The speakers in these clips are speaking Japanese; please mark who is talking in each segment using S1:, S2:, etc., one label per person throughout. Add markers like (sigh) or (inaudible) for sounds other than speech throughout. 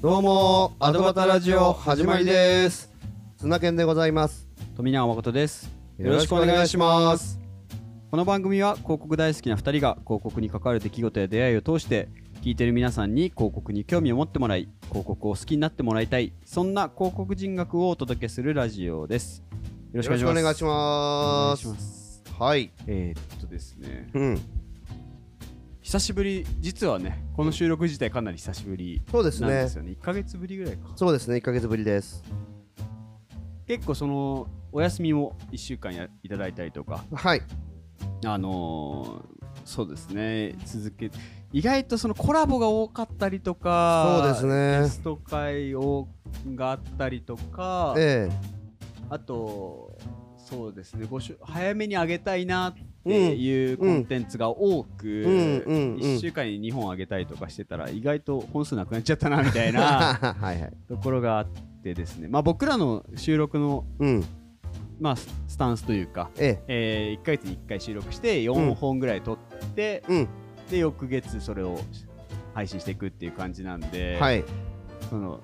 S1: どうもアドバタラジオ始まりです砂犬でございます
S2: 富永誠です
S1: よろしくお願いします
S2: この番組は広告大好きな2人が広告に関わる出来事や出会いを通して聞いてる皆さんに広告に興味を持ってもらい広告を好きになってもらいたいそんな広告人学をお届けするラジオですよろしくお願いしま
S1: ます
S2: すお願いします
S1: はい
S2: えー、っとですね
S1: うん
S2: 久しぶり実はねこの収録自体かなり久しぶり
S1: そうです
S2: なんで
S1: ね
S2: すよね1ヶ月ぶりぐらいか
S1: そうですね1ヶ月ぶりです
S2: 結構そのお休みも1週間やいただいたりとか
S1: はい
S2: あのーそうですね続け意外とそのコラボが多かったりとか
S1: そうです
S2: ゲ
S1: ね
S2: スト会をがあったりとか、
S1: え
S2: あとそうですねごしゅ早めに上げたいなっていうコンテンツが多く、
S1: うんうんうん
S2: 1週間に2本上げたりとかしてたら意外と本数なくなっちゃったなみたい
S1: え (laughs)
S2: な
S1: はいはい
S2: ところがあってですねまあ僕らの収録の、
S1: うん
S2: まあ、ススタンスというか、
S1: え
S2: えー、1ヶ月に1回収録して
S1: うん
S2: 4本ぐらい撮って、
S1: えうん
S2: で翌月それを配信していくっていう感じなんで、
S1: はい
S2: その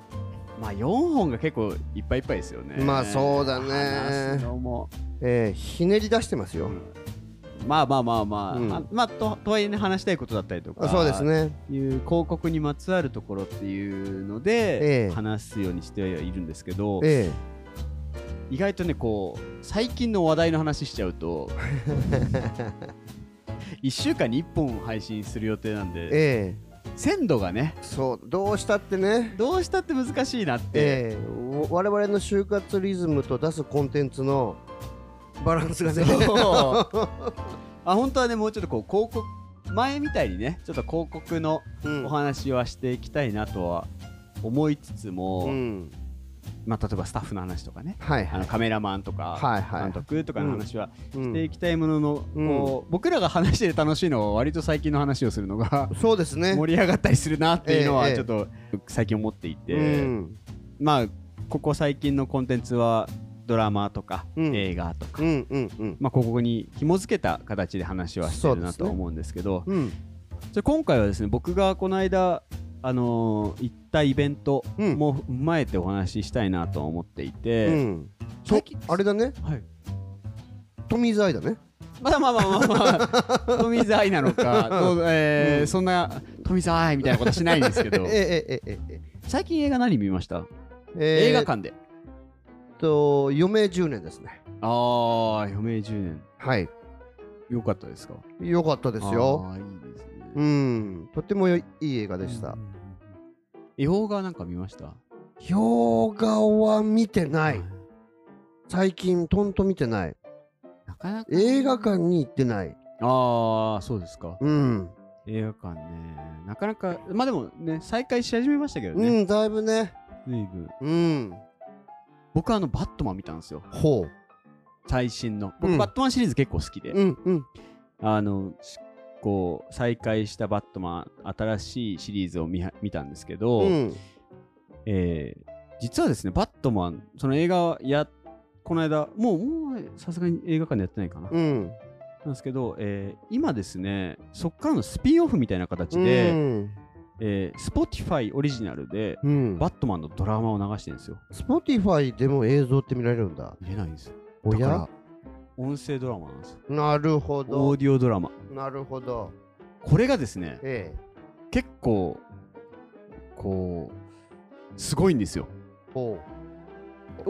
S2: まあ4本が結構いっぱいいっぱいですよね
S1: まあそうだね
S2: 話すのも、
S1: ええひねり出してます
S2: う
S1: よ
S2: んまあまあまあまあ、
S1: うん
S2: あまあととはいえね話したいことだったりとか
S1: あそうですね
S2: いう広告にまつわるところっていうので、
S1: ええ
S2: 話すようにしてはいるんですけど、
S1: え
S2: 意外とねこう最近の話題の話しちゃう
S1: (laughs)
S2: と1週間に1本配信する予定なん
S1: え
S2: で
S1: え
S2: 鮮度がね
S1: えそうどうしたってね
S2: どうしたって難しいなって、
S1: ええお我々の就活リズムと出すコンテンツのバランスがね
S2: そう (laughs) あ本当はねもうちょっとこう広告前みたいにねちょっと広告の
S1: うん
S2: お話はしていきたいなとは思いつつも、
S1: うん
S2: まあ、例えばスタッフの話とかね
S1: はい
S2: あ
S1: は
S2: の
S1: い
S2: カメラマンとか
S1: はいはい
S2: 監督とかの話は
S1: う
S2: してい
S1: ん
S2: きたいものの、
S1: うん
S2: こう僕らが話してて楽しいのは割と最近の話をするのが
S1: そうです (laughs) ね
S2: 盛り上がったりするなっていうの
S1: え
S2: は
S1: え
S2: ちょっと最近思っていて、
S1: うん
S2: まあここ最近のコンテンツはドラマとか、
S1: うん
S2: 映画とか
S1: うんうんうん
S2: まあ、ここに紐付けた形で話はしてるなとは思うんですけど
S1: うん
S2: じゃあ今回はですね僕がこの間、あのー行ったイベント
S1: うん
S2: も踏まえてお話ししたいなとは思っていて、
S1: うんと
S2: 最近
S1: あれだね
S2: はい、
S1: 富澤だね
S2: まあまあまあまあ、まあ、富澤愛なのか、どうえーそんな富澤愛みたいなことしないんですけ
S1: え
S2: ど
S1: ええええ
S2: 最近映画何見ました、
S1: え
S2: 映画
S1: え
S2: 館で
S1: ーっと余命10年ですね
S2: ああ余命10年
S1: はい
S2: よかったですか
S1: よかったですよ
S2: あーいいですね、
S1: うんとてもよいい映画でした
S2: 洋画なんか見ました
S1: 洋画は見てない最近とんと見てない
S2: なかなか
S1: 映画館に行ってない
S2: ああそうですか
S1: うん
S2: 映画館ねなかなかまあでもね再開し始めましたけど
S1: う
S2: ね、
S1: んだいぶね
S2: 随分
S1: うん
S2: 僕はあのバットマン見たんですよ
S1: ほ
S2: 最新の
S1: う
S2: 僕
S1: ん
S2: バットマンシリーズ結構好きで、
S1: ううんうん
S2: あのしこう再開したバットマン新しいシリーズを見は見たんですけど、
S1: うん
S2: えー実はですねバットマンその映画はやこの間もうもうさすがに映画館でやってないかな、
S1: うん
S2: なんですけど、えー今ですねそっからのスピンオフみたいな形で、
S1: うん
S2: えー、Spotify オリジナルで、
S1: うん
S2: バットマンのドラマを流してるんですよ。
S1: Spotify でも映像って見られるんだ。
S2: 見れないんですよ。
S1: お
S2: だか
S1: や
S2: ら音声ドラマなんですよ。
S1: なるほ
S2: オ
S1: ど
S2: ー。ディオドラマ。
S1: なるほど。
S2: これがですね、
S1: え
S2: 結構、こう、すごいんですよ。
S1: え。ほう。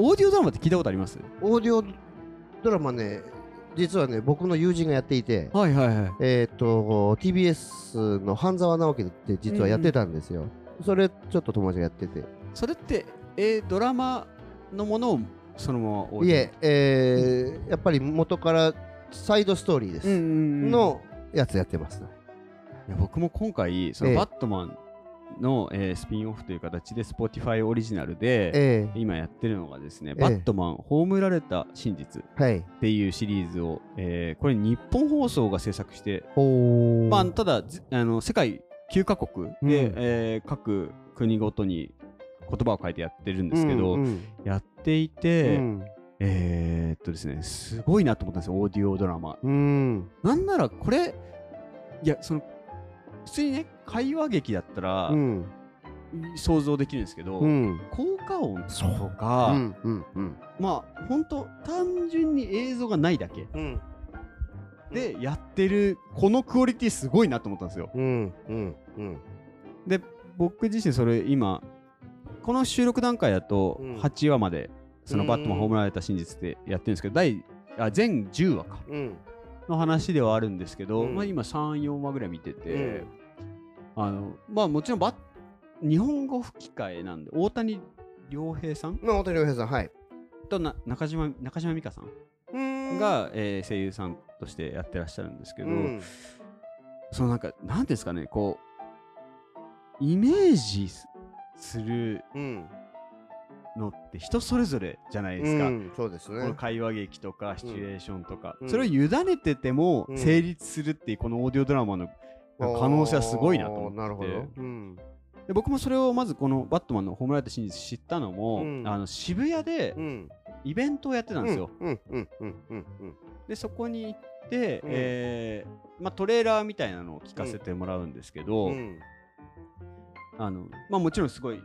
S2: オーディオドラマって聞いたことあります
S1: オーディオドラマね、実はね、僕の友人がやっていて、
S2: はいはいはい。
S1: えっ、と、TBS の半沢直樹って実はやってたんですよ。それ、ちょっと友達がやってて。
S2: それって、えードラマのものをそのままオー
S1: い
S2: デ
S1: え、えーやっぱり元からサイドストーリーで
S2: ィオ。う
S1: す。
S2: んうんうん
S1: のやつやってますね。
S2: いや僕も今回、そ
S1: え
S2: の
S1: え
S2: バットマンの、えースピンオフという形で Spotify オリジナルで、
S1: え
S2: 今やってるのがですね、
S1: ええ
S2: バットマン葬られた真実っ
S1: え。はい。
S2: ていうシリーズを、えーこれ日本放送が制作して、
S1: ほう。
S2: まあ、ただずあの世界9カ国で、
S1: うん
S2: えー各国ごとに言葉を変えてやってるんですけど、
S1: うんうん
S2: やっていて、
S1: うん
S2: えー、っとですねすごいなと思ったんですよオーディオドラマ。
S1: うん。
S2: なんならこれいやその普通にね会話劇だったら、
S1: うん
S2: 想像できるんですけど、
S1: うん
S2: 効果音とか、
S1: うんうんうん
S2: まあ本当単純に映像がないだけ
S1: うん
S2: でやってるこのクオリティすごいなと思ったんですよ
S1: うんうんうん
S2: で僕自身それ今この収録段階だと
S1: うん
S2: 8話までそのバットマンホームラン打た真実でやってるんですけど第あ全10話か
S1: うん
S2: の話ではあるんですけど、
S1: うん
S2: まあ、今34話ぐらい見てて、
S1: うん
S2: あのまあもちろんバッ日本語吹き替えなんで大谷亮平さん
S1: まあ大谷亮平さんはい
S2: とな中島中島美嘉さんが、えー声優さんとしてやってらっしゃるんですけ
S1: う
S2: ど、
S1: ん
S2: そのなんかなんていうんですかねこうイメージすする
S1: うん
S2: のって人それぞれじゃないですか、
S1: うんそうです
S2: この
S1: ね
S2: 会話劇とかシチュエーションとか、
S1: うん
S2: それを委ねてても
S1: うん
S2: 成立するっていうこのオーディオドラマの可能性はすごいなと思ってて
S1: あーなるほどうん
S2: で僕もそれをまずこの「バットマンのホームランって真実」知ったのも、
S1: うん
S2: あの渋谷で
S1: うん
S2: イベントをやってたんですよ、
S1: うんうんうんうんうん
S2: でそこに行って、
S1: うん
S2: えーまあ、トレーラーみたいなのを聞かせてもらうんですけど、
S1: うん
S2: あのまあ、もちろんすごいか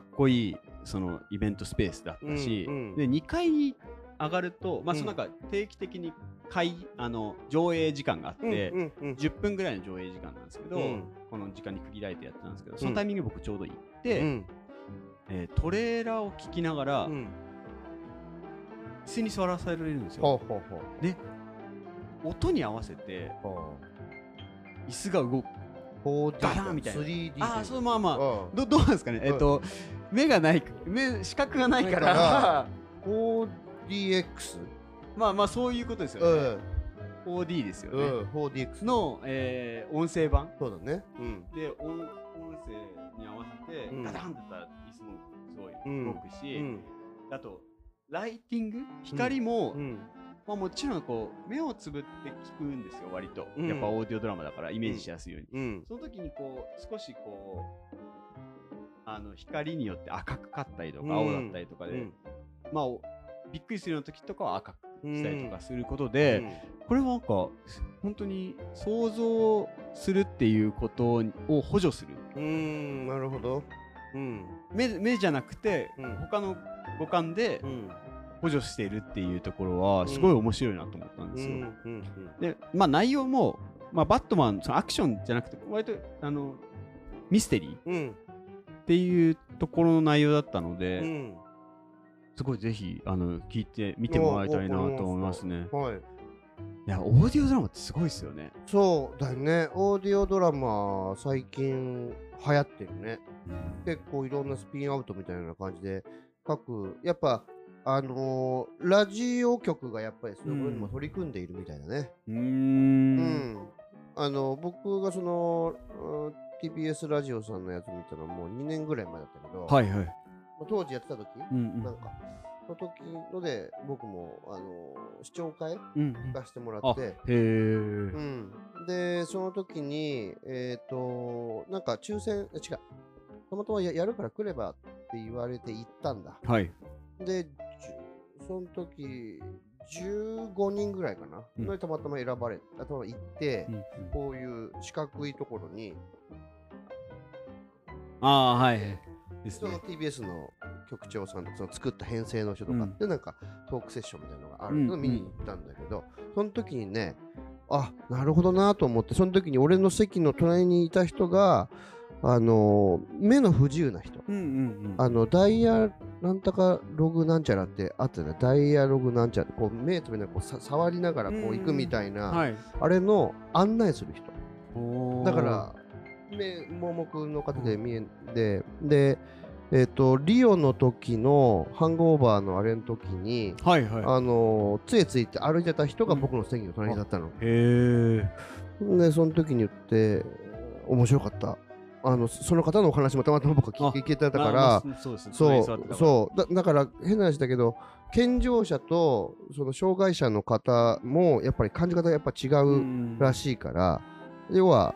S2: っこいいそのイベントスペースだったし、
S1: うんうん
S2: で2階に上がると、まあ、
S1: うん
S2: そのなんか定期的に会あの上映時間があって、
S1: うんうんうん
S2: 10分ぐらいの上映時間なんですけど、
S1: うん
S2: この時間に区切られてやってたんですけどそのタイミングで僕ちょうど行って、
S1: うん
S2: えートレーラーを聞きながら、
S1: うん
S2: 椅子に座らされるんですよ。
S1: ほうほうほう
S2: 音に合わせて
S1: ほ
S2: 椅子が動
S1: う
S2: く。
S1: ほう
S2: ガランみたいな
S1: 3D
S2: ああそうまあまあ
S1: あ
S2: どどうなんですかね、えっと目がない目視覚がないから
S1: ないか 4DX
S2: (laughs) まあまあそういうことです
S1: う
S2: よね。
S1: ん
S2: 4D ですよね。
S1: うん 4DX
S2: の、えー音声版
S1: そうだねうん
S2: で音音声に合わせて、
S1: うん
S2: ガタンってたら椅子もすご
S1: うん
S2: い動くし、
S1: うん
S2: あとライティング光も、
S1: うん
S2: まあ、もちろんこう目をつぶって聞くんですよ割と、
S1: うん
S2: やっぱオーディオドラマだからイメージしやすいように、
S1: うん
S2: その時にこう少しこうあの光によって赤くかったりとか青だったりとかで、
S1: うん
S2: まあおびっくりするような時とかは赤くしたりとかすること
S1: う
S2: で、
S1: ん
S2: これはなんか本当に想像するっていうことを補助する
S1: うーんなるほどうん
S2: 目目じゃなくて、
S1: うん
S2: 他の五感で
S1: うん
S2: 補助しているっていうところはすごい面白いなと思ったん
S1: う
S2: ですよ。
S1: んうん
S2: でまあ内容も、まあ、バットマンそのアクションじゃなくて割とあのミステリー
S1: うん
S2: っていうところの内容だったので、
S1: うん
S2: すごいぜひあの聞いて見てもらいたいなと思いますね。
S1: はい
S2: いやオーディオドラマってすごいですよね。
S1: そうだよねオーディオドラマ最近流行ってるね結構いろんなスピンアウトみたいな感じで各やっぱあのーラジオ局がやっぱりそういうことにも取り組んでいるみたいだね
S2: うー。
S1: うんんあの僕がその、うん TBS ラジオさんのやつ見たのはもう2年ぐらい前だったけど、
S2: はいはい。
S1: まあ当時やってた時、
S2: うんうん
S1: なんか、その時ので、僕も、あの、視聴会
S2: うんうん
S1: 出してもらって、
S2: へえ
S1: う。ん。で、その時に、えっ、と、なんか抽選、え違う、たまたまややるから来ればって言われて行ったんだ。
S2: はい。
S1: で、じゅその時、15人ぐらいかな。
S2: うん
S1: のにたまたま選ばれ、たまたま行って、こういう四角いところに、
S2: ああ、はい。です
S1: その
S2: ね。
S1: TBS の局長さんとかその作った編成の人とかって、なんかトークセッションみたいなのがあるのを
S2: うん
S1: 見に行ったんだけど、その時にねあなるほどなと思ってその時に俺の席の隣にいた人があの目の不自由な人
S2: うんうん
S1: あのダイヤなんたかログなんちゃらってあったねダイヤログなんちゃらこう目と目でこうさ触りながらこう行くみたいな、
S2: はい。
S1: あれの案内する人
S2: おー
S1: だか、ら目盲目の方で見えででえっ、とリオの時のハングオーバーのあれの時に、
S2: はいは
S1: あのー杖ついて歩いてた人が
S2: うん
S1: 僕の席の隣だったの、
S2: い。へえ。
S1: でその時に言って面白かったあのその方のお話もたまたま僕は
S2: あ
S1: 聞聞けてたか
S2: まあ
S1: ら、
S2: まあそうですね。
S1: そう
S2: う。
S1: そうだだから変な話だけど健常者とその障害者の方もやっぱり感じ方がやっぱ違う
S2: うん
S1: らしいから、要は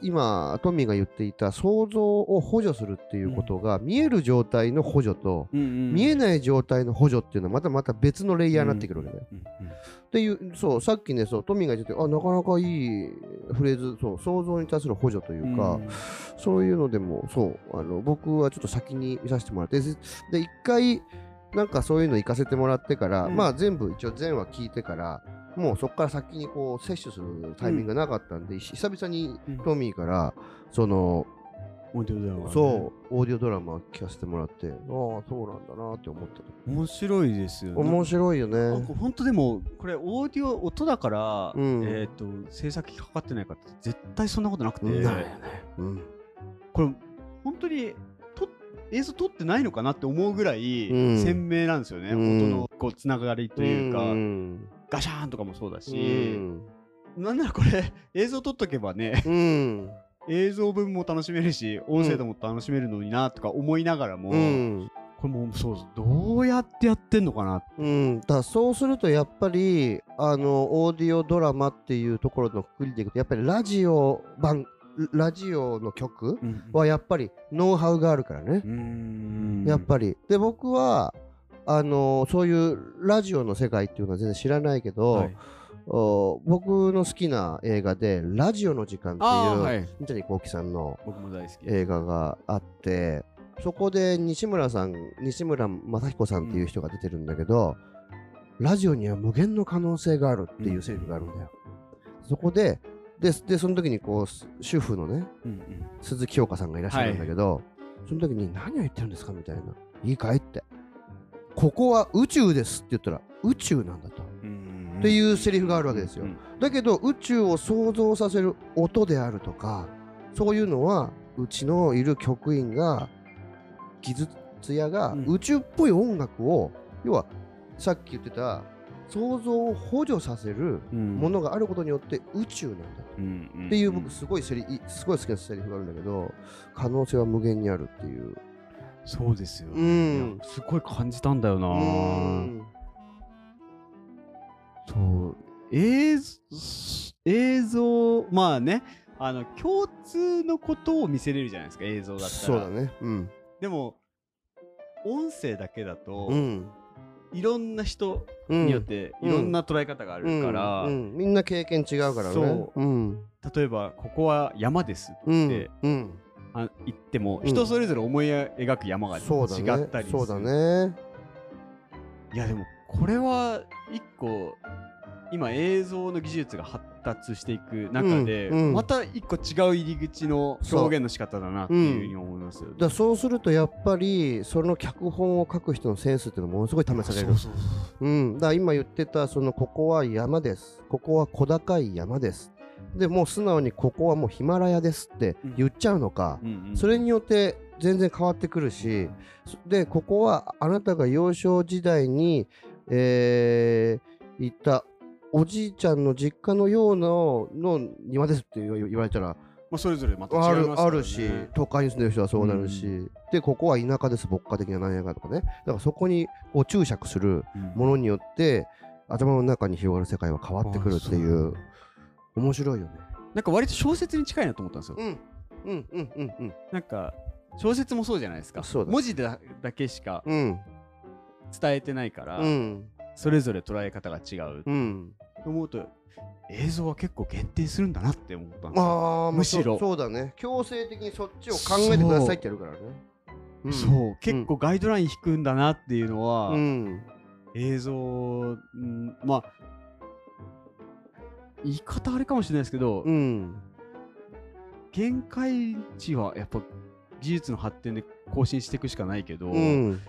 S1: 今トミーが言っていた想像を補助するっていうことが、見える状態の補助と、
S2: うんうん
S1: 見えない状態の補助っていうのはまたまた別のレイヤーになってくるわけだよ。
S2: うんうん
S1: っていうそうさっきねそうトミーが言っててあなかなかいいフレーズそう想像に対する補助というか、そういうのでもそうあの僕はちょっと先に見させてもらってでで一回なんかそういうの行かせてもらってから、
S2: うん
S1: まあ全部一応全話聞いてからもうそこから先にこう摂取するタイミングがなかったんで、久々に
S2: うん
S1: トミーからその
S2: うん本当だよね
S1: そうオーディオドラマ聞かせてもらってああそうなんだなって思った
S2: 面白いですよね
S1: 面白いよ
S2: なん
S1: ね
S2: か本当でもこれオーディオ音だから、
S1: うん
S2: えっ、と制作費かかってないかって絶対そんなことなくて、
S1: ないよねうん
S2: これ本当にと映像撮ってないのかなって思うぐらい
S1: うん
S2: 鮮明なんですよね、
S1: うん
S2: 音のこうつながりというか、
S1: うん
S2: ガシャーンとかもそうだ
S1: う
S2: し、
S1: ん
S2: なんならこれ映像撮っとけばね
S1: うん
S2: 映像分も楽しめるし音声でも楽しめるのになとか思いながらも、
S1: うん
S2: これもうそうどうやってやってんのかなって
S1: うん、だからそうするとやっぱりあのオーディオドラマっていうところのくくりでいくとやっぱりラジオ版ラジオの曲はやっぱりノウハウがあるからね
S2: う、ん
S1: やっぱりで僕はあのそういうラジオの世界っていうのは全然知らないけど、
S2: はい
S1: お僕の好きな映画で「ラジオの時間」っていう
S2: ああはい
S1: 三谷幸喜さんの
S2: 僕も大好き
S1: 映画があってそこで西村さん西村正彦さんっていう人が出てるんだけど、ラジオには無限の可能性があるっていうセリフがあるんだよ、そこでででその時にこうす主婦のね
S2: うんうん
S1: 鈴木京香さんがいらっしゃるんだけど、その時に何を言ってるんですかみたいないいかいってここは宇宙ですって言ったら宇宙なんだと
S2: っ
S1: っていうセリフがあるわけですよだけど宇宙を想像させる音であるとかそういうのはうちのいる局員が技術屋が
S2: うん
S1: 宇宙っぽい音楽を、要はさっき言ってた想像を補助させるも
S2: も
S1: のがあることによって宇宙なんだ
S2: っ
S1: っていう僕すごいセリいすごい好きなセリフがあるんだけど可能性は無限にあるっていう。
S2: そうですよ、
S1: ん
S2: いやすごい感じたんだよな、
S1: うん
S2: そう映像映像まあねあの共通のことを見せれるじゃないですか映像だったら
S1: そうだね。うん。
S2: でも音声だけだと、
S1: うん。
S2: いろんな人
S1: うん
S2: によっていろんな捉え方があるから、
S1: うんうんみんな経験違うからね。
S2: そ
S1: うん。
S2: 例えばここは山ですって、
S1: うん。うん。
S2: あ言っても
S1: うん
S2: 人それぞれ思い描く山が違
S1: そうだね
S2: ったりする、
S1: そうだね
S2: いやでもこれは一個今映像の技術が発達していく中で、
S1: うんうん
S2: また一個違う入り口の表現の仕方だなっていうふうに思いますよね。
S1: だそうするとやっぱりその脚本を書く人のセンスっていうのものすごい試される
S2: そうそうそ
S1: う
S2: う
S1: ん、だから今言ってたそのここは山ですここは小高い山ですでもう素直にここはもうヒマラヤですって言っちゃうのか、
S2: うんうん
S1: それによって全然変わってくるしそでここはあなたが幼少時代に、えー、行ったおじいちゃんの実家のようなの庭ですって言わ言われたら
S2: まあ、それぞれまた違います
S1: あ
S2: から、ね、
S1: るあるし都会に住んでる人はそうなるし、
S2: う
S1: でここは田舎です牧歌的な何やかとかねだからそこにこう注釈するものによって頭の中に広がる世界は変わってくるってい
S2: あそう
S1: う面白いよね
S2: なんか割と小説に近いなと思ったんですよ。
S1: うんうんうんうんうん
S2: なんか小説もそうじゃないですか
S1: そうだ
S2: 文字だだけしか
S1: うん
S2: 伝えてないから、
S1: うん
S2: それぞれ捉え方が違う、
S1: うん
S2: と思うと映像は結構限定するんだなって思ったんですよ
S1: ああ
S2: むしろ
S1: そうだね強制的にそっちを考えてくださいってやるからねうん
S2: そう結構ガイドライン引くんだなっていうのは、
S1: うん
S2: 映像んまあ言い方あれかもしれないですけど、
S1: うん
S2: 限界値はやっぱ技術の発展で更新していくしかないけど、
S1: うん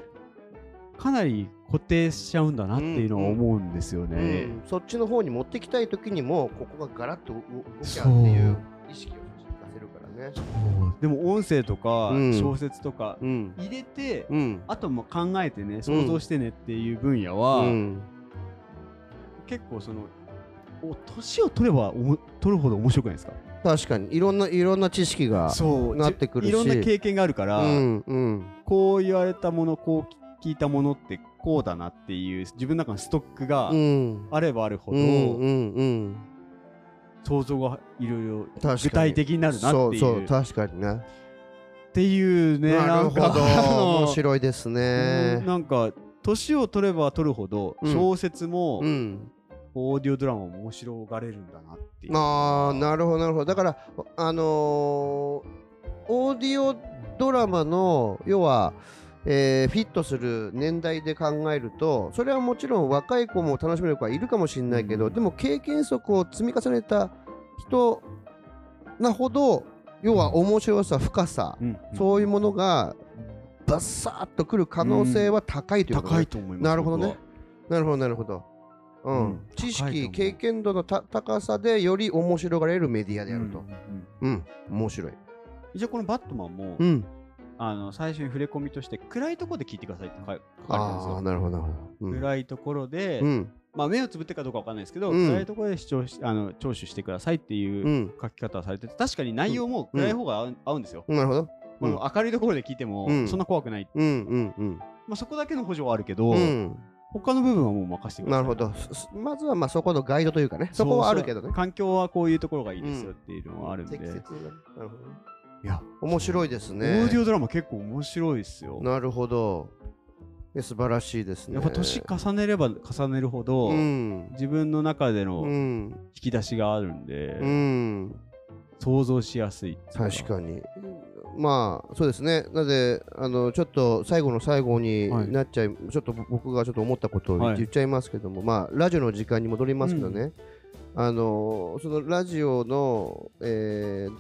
S2: かなり固定しちゃうんだなっていうのは思うんですよ
S1: う
S2: ね。
S1: ん、そっちの方に持ってきたい時にもここがガラッと動動きゃっていう意識を出せるからね。
S2: そうでも音声とか
S1: うん
S2: 小説とか
S1: うん
S2: 入れて、
S1: うん
S2: あとも考えてね想像してねっていう分野
S1: う
S2: は、
S1: ん
S2: 結構そのお年を取ればおも取るほど面白くないですか
S1: 確かにいろんないろんな知識が
S2: そう
S1: なってくるし
S2: いろんな経験があるから、
S1: うんうん
S2: こう言われたものこう聞いたものってこうだなっていう自分の中のストックが
S1: うん
S2: あればあるほ
S1: う
S2: ど、
S1: んうんうん
S2: 想像がいろいろ
S1: 確かに
S2: 具体的になるなっていう
S1: そうそう確かにね
S2: っていうね
S1: なるほ
S2: なん
S1: ど
S2: かあの
S1: 面白いです
S2: う
S1: ね
S2: んなんか年を取れば取るほど
S1: うん
S2: 小説も
S1: うん
S2: オーディオドラマも面白がれるんだなっていう、
S1: まあなるほどなるほどだからあのーオーディオドラマの要は、えーフィットする年代で考えるとそれはもちろん若い子も楽しめる子はいるかもしれないけど、
S2: うん
S1: でも経験則を積み重ねた人なほど要は面白さ深さ、
S2: うん
S1: そういうものがバッサーっとくる可能性は高いということね
S2: 高いと思います
S1: なるほどね
S2: 僕は
S1: なるほどなるほど。うん
S2: うん
S1: 知
S2: 高いと思
S1: 識
S2: う
S1: 経験度のた高さでより面白がれるメディアであると
S2: うんう。ん
S1: うん、面白い。
S2: 一応このバットマンも、
S1: うん。
S2: あの最初に触れ込みとして暗いところで聞いてくださいって書い書かれてるんです
S1: ああー
S2: よ
S1: なるほどなるほど。うん
S2: 暗いところで、
S1: うん
S2: まあ、目をつぶってかどうかわかんないですけど、
S1: うん
S2: 暗いところで視聴しあの聴取してくださいって
S1: う。
S2: いうん書き方をされてて確かに内容も暗い方が合う,、合うんですよ、
S1: なるほど。うん
S2: まあ明るいところで聞いても
S1: うん
S2: そんな怖くない、
S1: うんうんうん
S2: まあ、そこだけの補助はあるけど、
S1: うん。
S2: 他の部分はもう任せてくださ
S1: ないるほど。すすまずはまあそこのガイドというかね、そこはあるけどね。
S2: 環境はこういうところがいいですよっていうのはあるんで、
S1: 適切な。なるほどね。
S2: いや
S1: 面白いです
S2: オ
S1: ね
S2: ーデ。ィオドラマ結構面白いですよ
S1: なるほど。え素晴らしいですね。
S2: やっぱ年重ねれば重ねるほど、
S1: うん。
S2: 自分の中で
S1: う
S2: の
S1: ん。
S2: 引き出しがあるんで、
S1: うん。
S2: 想像しやすいっていう
S1: 確かに。まあそうですね。なのであのちょっと最後の最後に
S2: はい
S1: なっちゃい、ちょっと僕がちょっと思ったことを
S2: はい
S1: 言っちゃいますけども、まあラジオの時間に戻りますけどね。あのそのラジオの、えー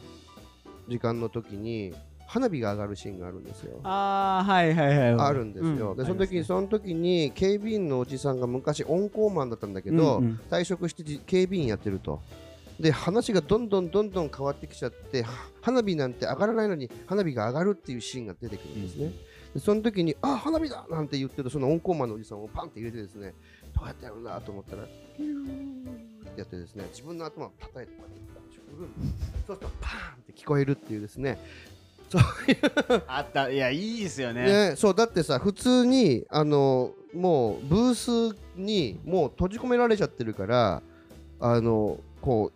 S1: 時間の時に花火が上がるシーンがあるんですよ。
S2: あーはいはいはいはい
S1: あるんですよ。
S2: う
S1: でその時に、
S2: あ
S1: その時に警備員のおじさんが昔温厚マンだったんだけ
S2: りますね
S1: ど、
S2: うんうん
S1: 退職してじ警備員やってると。で話がどんどんどんどん変わってきちゃっては花火なんて上がらないのに花火が上がるっていうシーンが出てくるんですね。でその時に「あ花火だ!」なんて言ってるその温厚マンのおじさんをパンって入れてですねどうやってやるんだと思ったらピューってやってですね自分の頭を叩いてこうやってやったんでしょうそうするとパーンって聞こえるっていうですね
S2: あったいやいいですよね
S1: ね、そうだってさ普通にあのもうブースにもう閉じ込められちゃってるからあのこ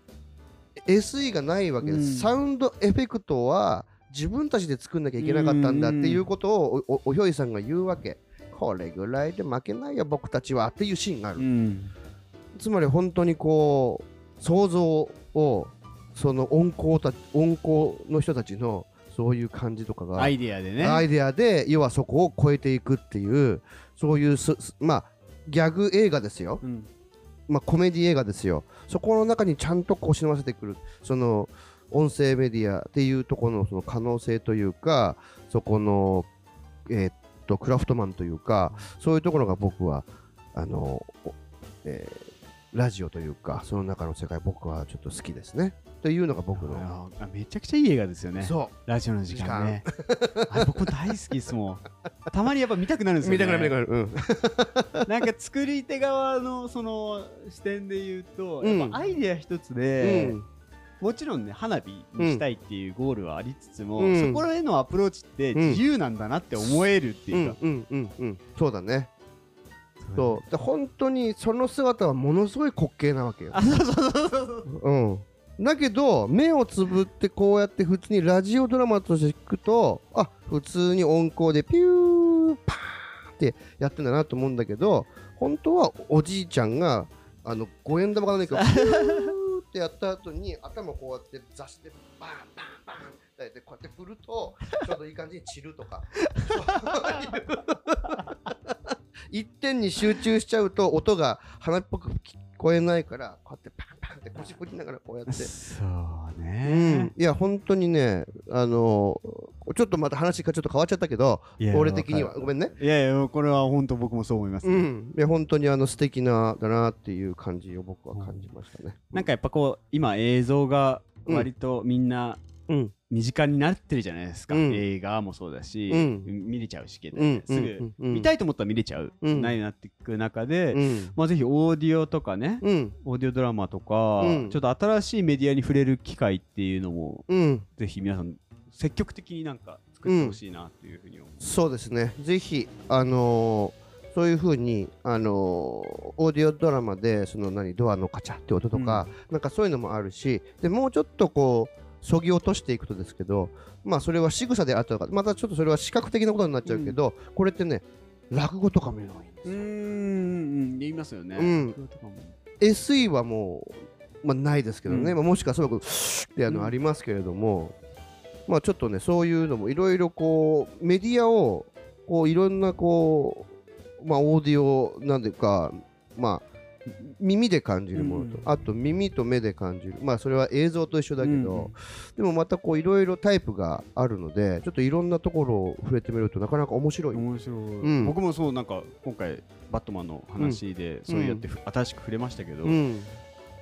S1: う SE がないわけです、
S2: うん
S1: サウンドエフェクトは自分たちで作んなきゃいけなかったんだっていうことをおおおひょいさんが言うわけこれぐらいで負けないよ僕たちはっていうシーンがある、
S2: うん
S1: つまり本当にこう想像をその音高た音高の人たちのそういう感じとかが
S2: アイディアでね
S1: アイデアで要はそこを超えていくっていうそういうすすまあギャグ映画ですよ、
S2: うん
S1: まあ、コメディ映画ですよそこの中にちゃんとこう忍ばせてくるその音声メディアっていうところのその可能性というかそこのえーっとクラフトマンというかそういうところが僕はあの、おえーラジオというかその中の世界僕はちょっと好きですねというのが僕
S2: い
S1: の、
S2: やあめちゃくちゃいい映画ですよね
S1: そう
S2: ラジオの時間ねあれ僕大好きですもんたまにやっぱ見たくなるんですよ、ね、
S1: 見たくなる見たくなるうん
S2: なんか作り手側のその視点で言うと、
S1: うん
S2: やっぱアイデア一つで、
S1: うん
S2: もちろんね花火にしたいっていうゴールはありつつも、
S1: うん
S2: そこへのアプローチって
S1: うん
S2: 自由なんだなって思えるっていうか、
S1: うんうんうんうんそうだね
S2: そ
S1: そうで本当にその姿はものすごい滑稽なわけよ
S2: う、あそうそうそうそうそう
S1: うん、だけど目をつぶってこうやって普通にラジオドラマとして聞くとあ普通に音高でピューパーンってやってんだなと思うんだけど本当はおじいちゃんがあの五円玉か何かをピューってやった後に頭こうやって座してバーンバーンバーンってやってこうやって振る
S2: (laughs)
S1: とちょうどいい感じに散るとかそういう一点に集中しちゃうと音が鼻っぽく聞こえないからこうやってパンパンって腰振りながらこうやって。
S2: そう
S1: う
S2: ね
S1: ん、、いや本当にね、あのちょっとまた話がちょっと変わっちゃったけど
S2: いや
S1: 俺的には
S2: わか
S1: ご
S2: る
S1: めんね、
S2: いやいやこれは本当僕もそう思います、
S1: うん、いや本当にあの素敵なだなっていう感じを僕は感じましたね、
S2: なんかやっぱこう今映像が割とみんな
S1: うん
S2: 身近になってるじゃないですか、
S1: うん
S2: 映画もそうだし、
S1: うん
S2: 見れちゃうしけど、
S1: うん
S2: す
S1: う
S2: ぐ
S1: んうん
S2: 見たいと思ったら見れちゃう、
S1: うん
S2: ないなっていく中で、
S1: うん
S2: まあぜひオーディオとかね、
S1: うん
S2: オーディオドラマとか、
S1: うん
S2: ちょっと新しいメディアに触れる機会っていうのも
S1: うん
S2: ぜひ皆さん積極的になんか作ってほしいなっていうふうに思う、
S1: そうですねぜひあのーそういうふうに、あのーオーディオドラマでその何ドアのカチャって音とか、なんかそういうのもあるしでもうちょっとこうそぎ落としていくとですけどまあそれは仕草であったとかまたちょっとそれは視覚的なことになっちゃうけど、これってね落語とか見るのがいいんです
S2: う
S1: よ。
S2: ん言いますよね
S1: うん
S2: そういうとこも
S1: SE はもう、まあ、ないですけどね、
S2: うん
S1: まあ、もしかすごくってあ
S2: う
S1: の
S2: ん
S1: ありますけれども、まあちょっとねそういうのもいろいろこうメディアをこういろんなこうまあオーディオなんていうかまあ耳で感じるものと、
S2: うん
S1: あと耳と目で感じるまあそれは映像と一緒だけど、
S2: うん
S1: でもまたこういろいろタイプがあるのでちょっといろんなところを触れてみるとなかなか面白い、
S2: 面白い、
S1: ん
S2: 僕もそうなんか今回バットマンの話で、そうやってふ新しく触れましたけど、
S1: うん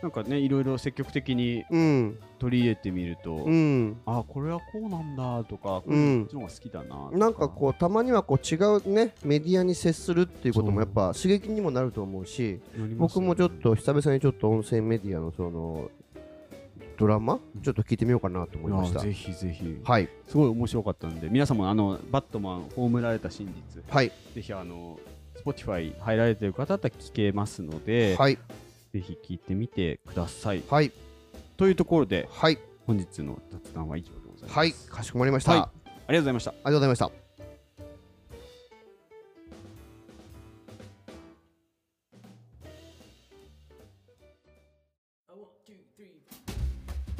S2: なんかねいろいろ積極的に
S1: うん
S2: 取り入れてみると、
S1: うん
S2: あこれはこうなんだとか、
S1: うん
S2: こっちの方が好きだなと
S1: なんかこうたまにはこう違うねメディアに接するっていうことも
S2: そう
S1: やっぱ刺激にもなると思うし
S2: なりま
S1: 僕
S2: すよね
S1: もちょっと久々にちょっと音声メディアのそのドラマちょっと聞いてみようかなと思いまし
S2: あ
S1: た
S2: ぜひぜひ
S1: はい
S2: すごい面白かったんで皆さんもあのバットマン葬られた真実
S1: はい
S2: ぜひあの Spotify 入られてる方だったら聞けますので、
S1: はい
S2: ぜひ聞いてみてください
S1: はい
S2: というところで
S1: はい
S2: 本日の雑談は以上でございます、
S1: はいかしこまりました、
S2: はい
S1: あ
S2: ありがとうございました
S1: りがとうございました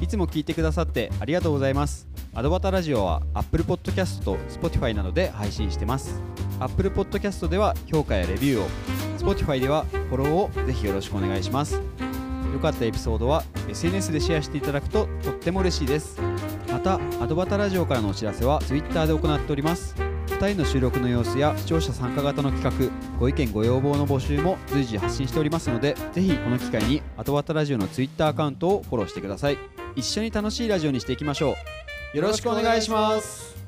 S2: いつも聞いてくださってありがとうございます。アドバタラジオは Apple Podcast と Spotify などで配信してます。Apple Podcast では評価やレビューを、Spotify ではフォローをぜひよろしくお願いします。良かったエピソードは SNS でシェアしていただくととっても嬉しいです。また、アドバタラジオからのお知らせは Twitter で行っております。2人の収録の様子や視聴者参加型の企画、ご意見ご要望の募集も随時発信しておりますので、ぜひこの機会にアドバタラジオの Twitter アカウントをフォローしてください。一緒に楽しいラジオにしていきましょうよろしくお願いします
S1: す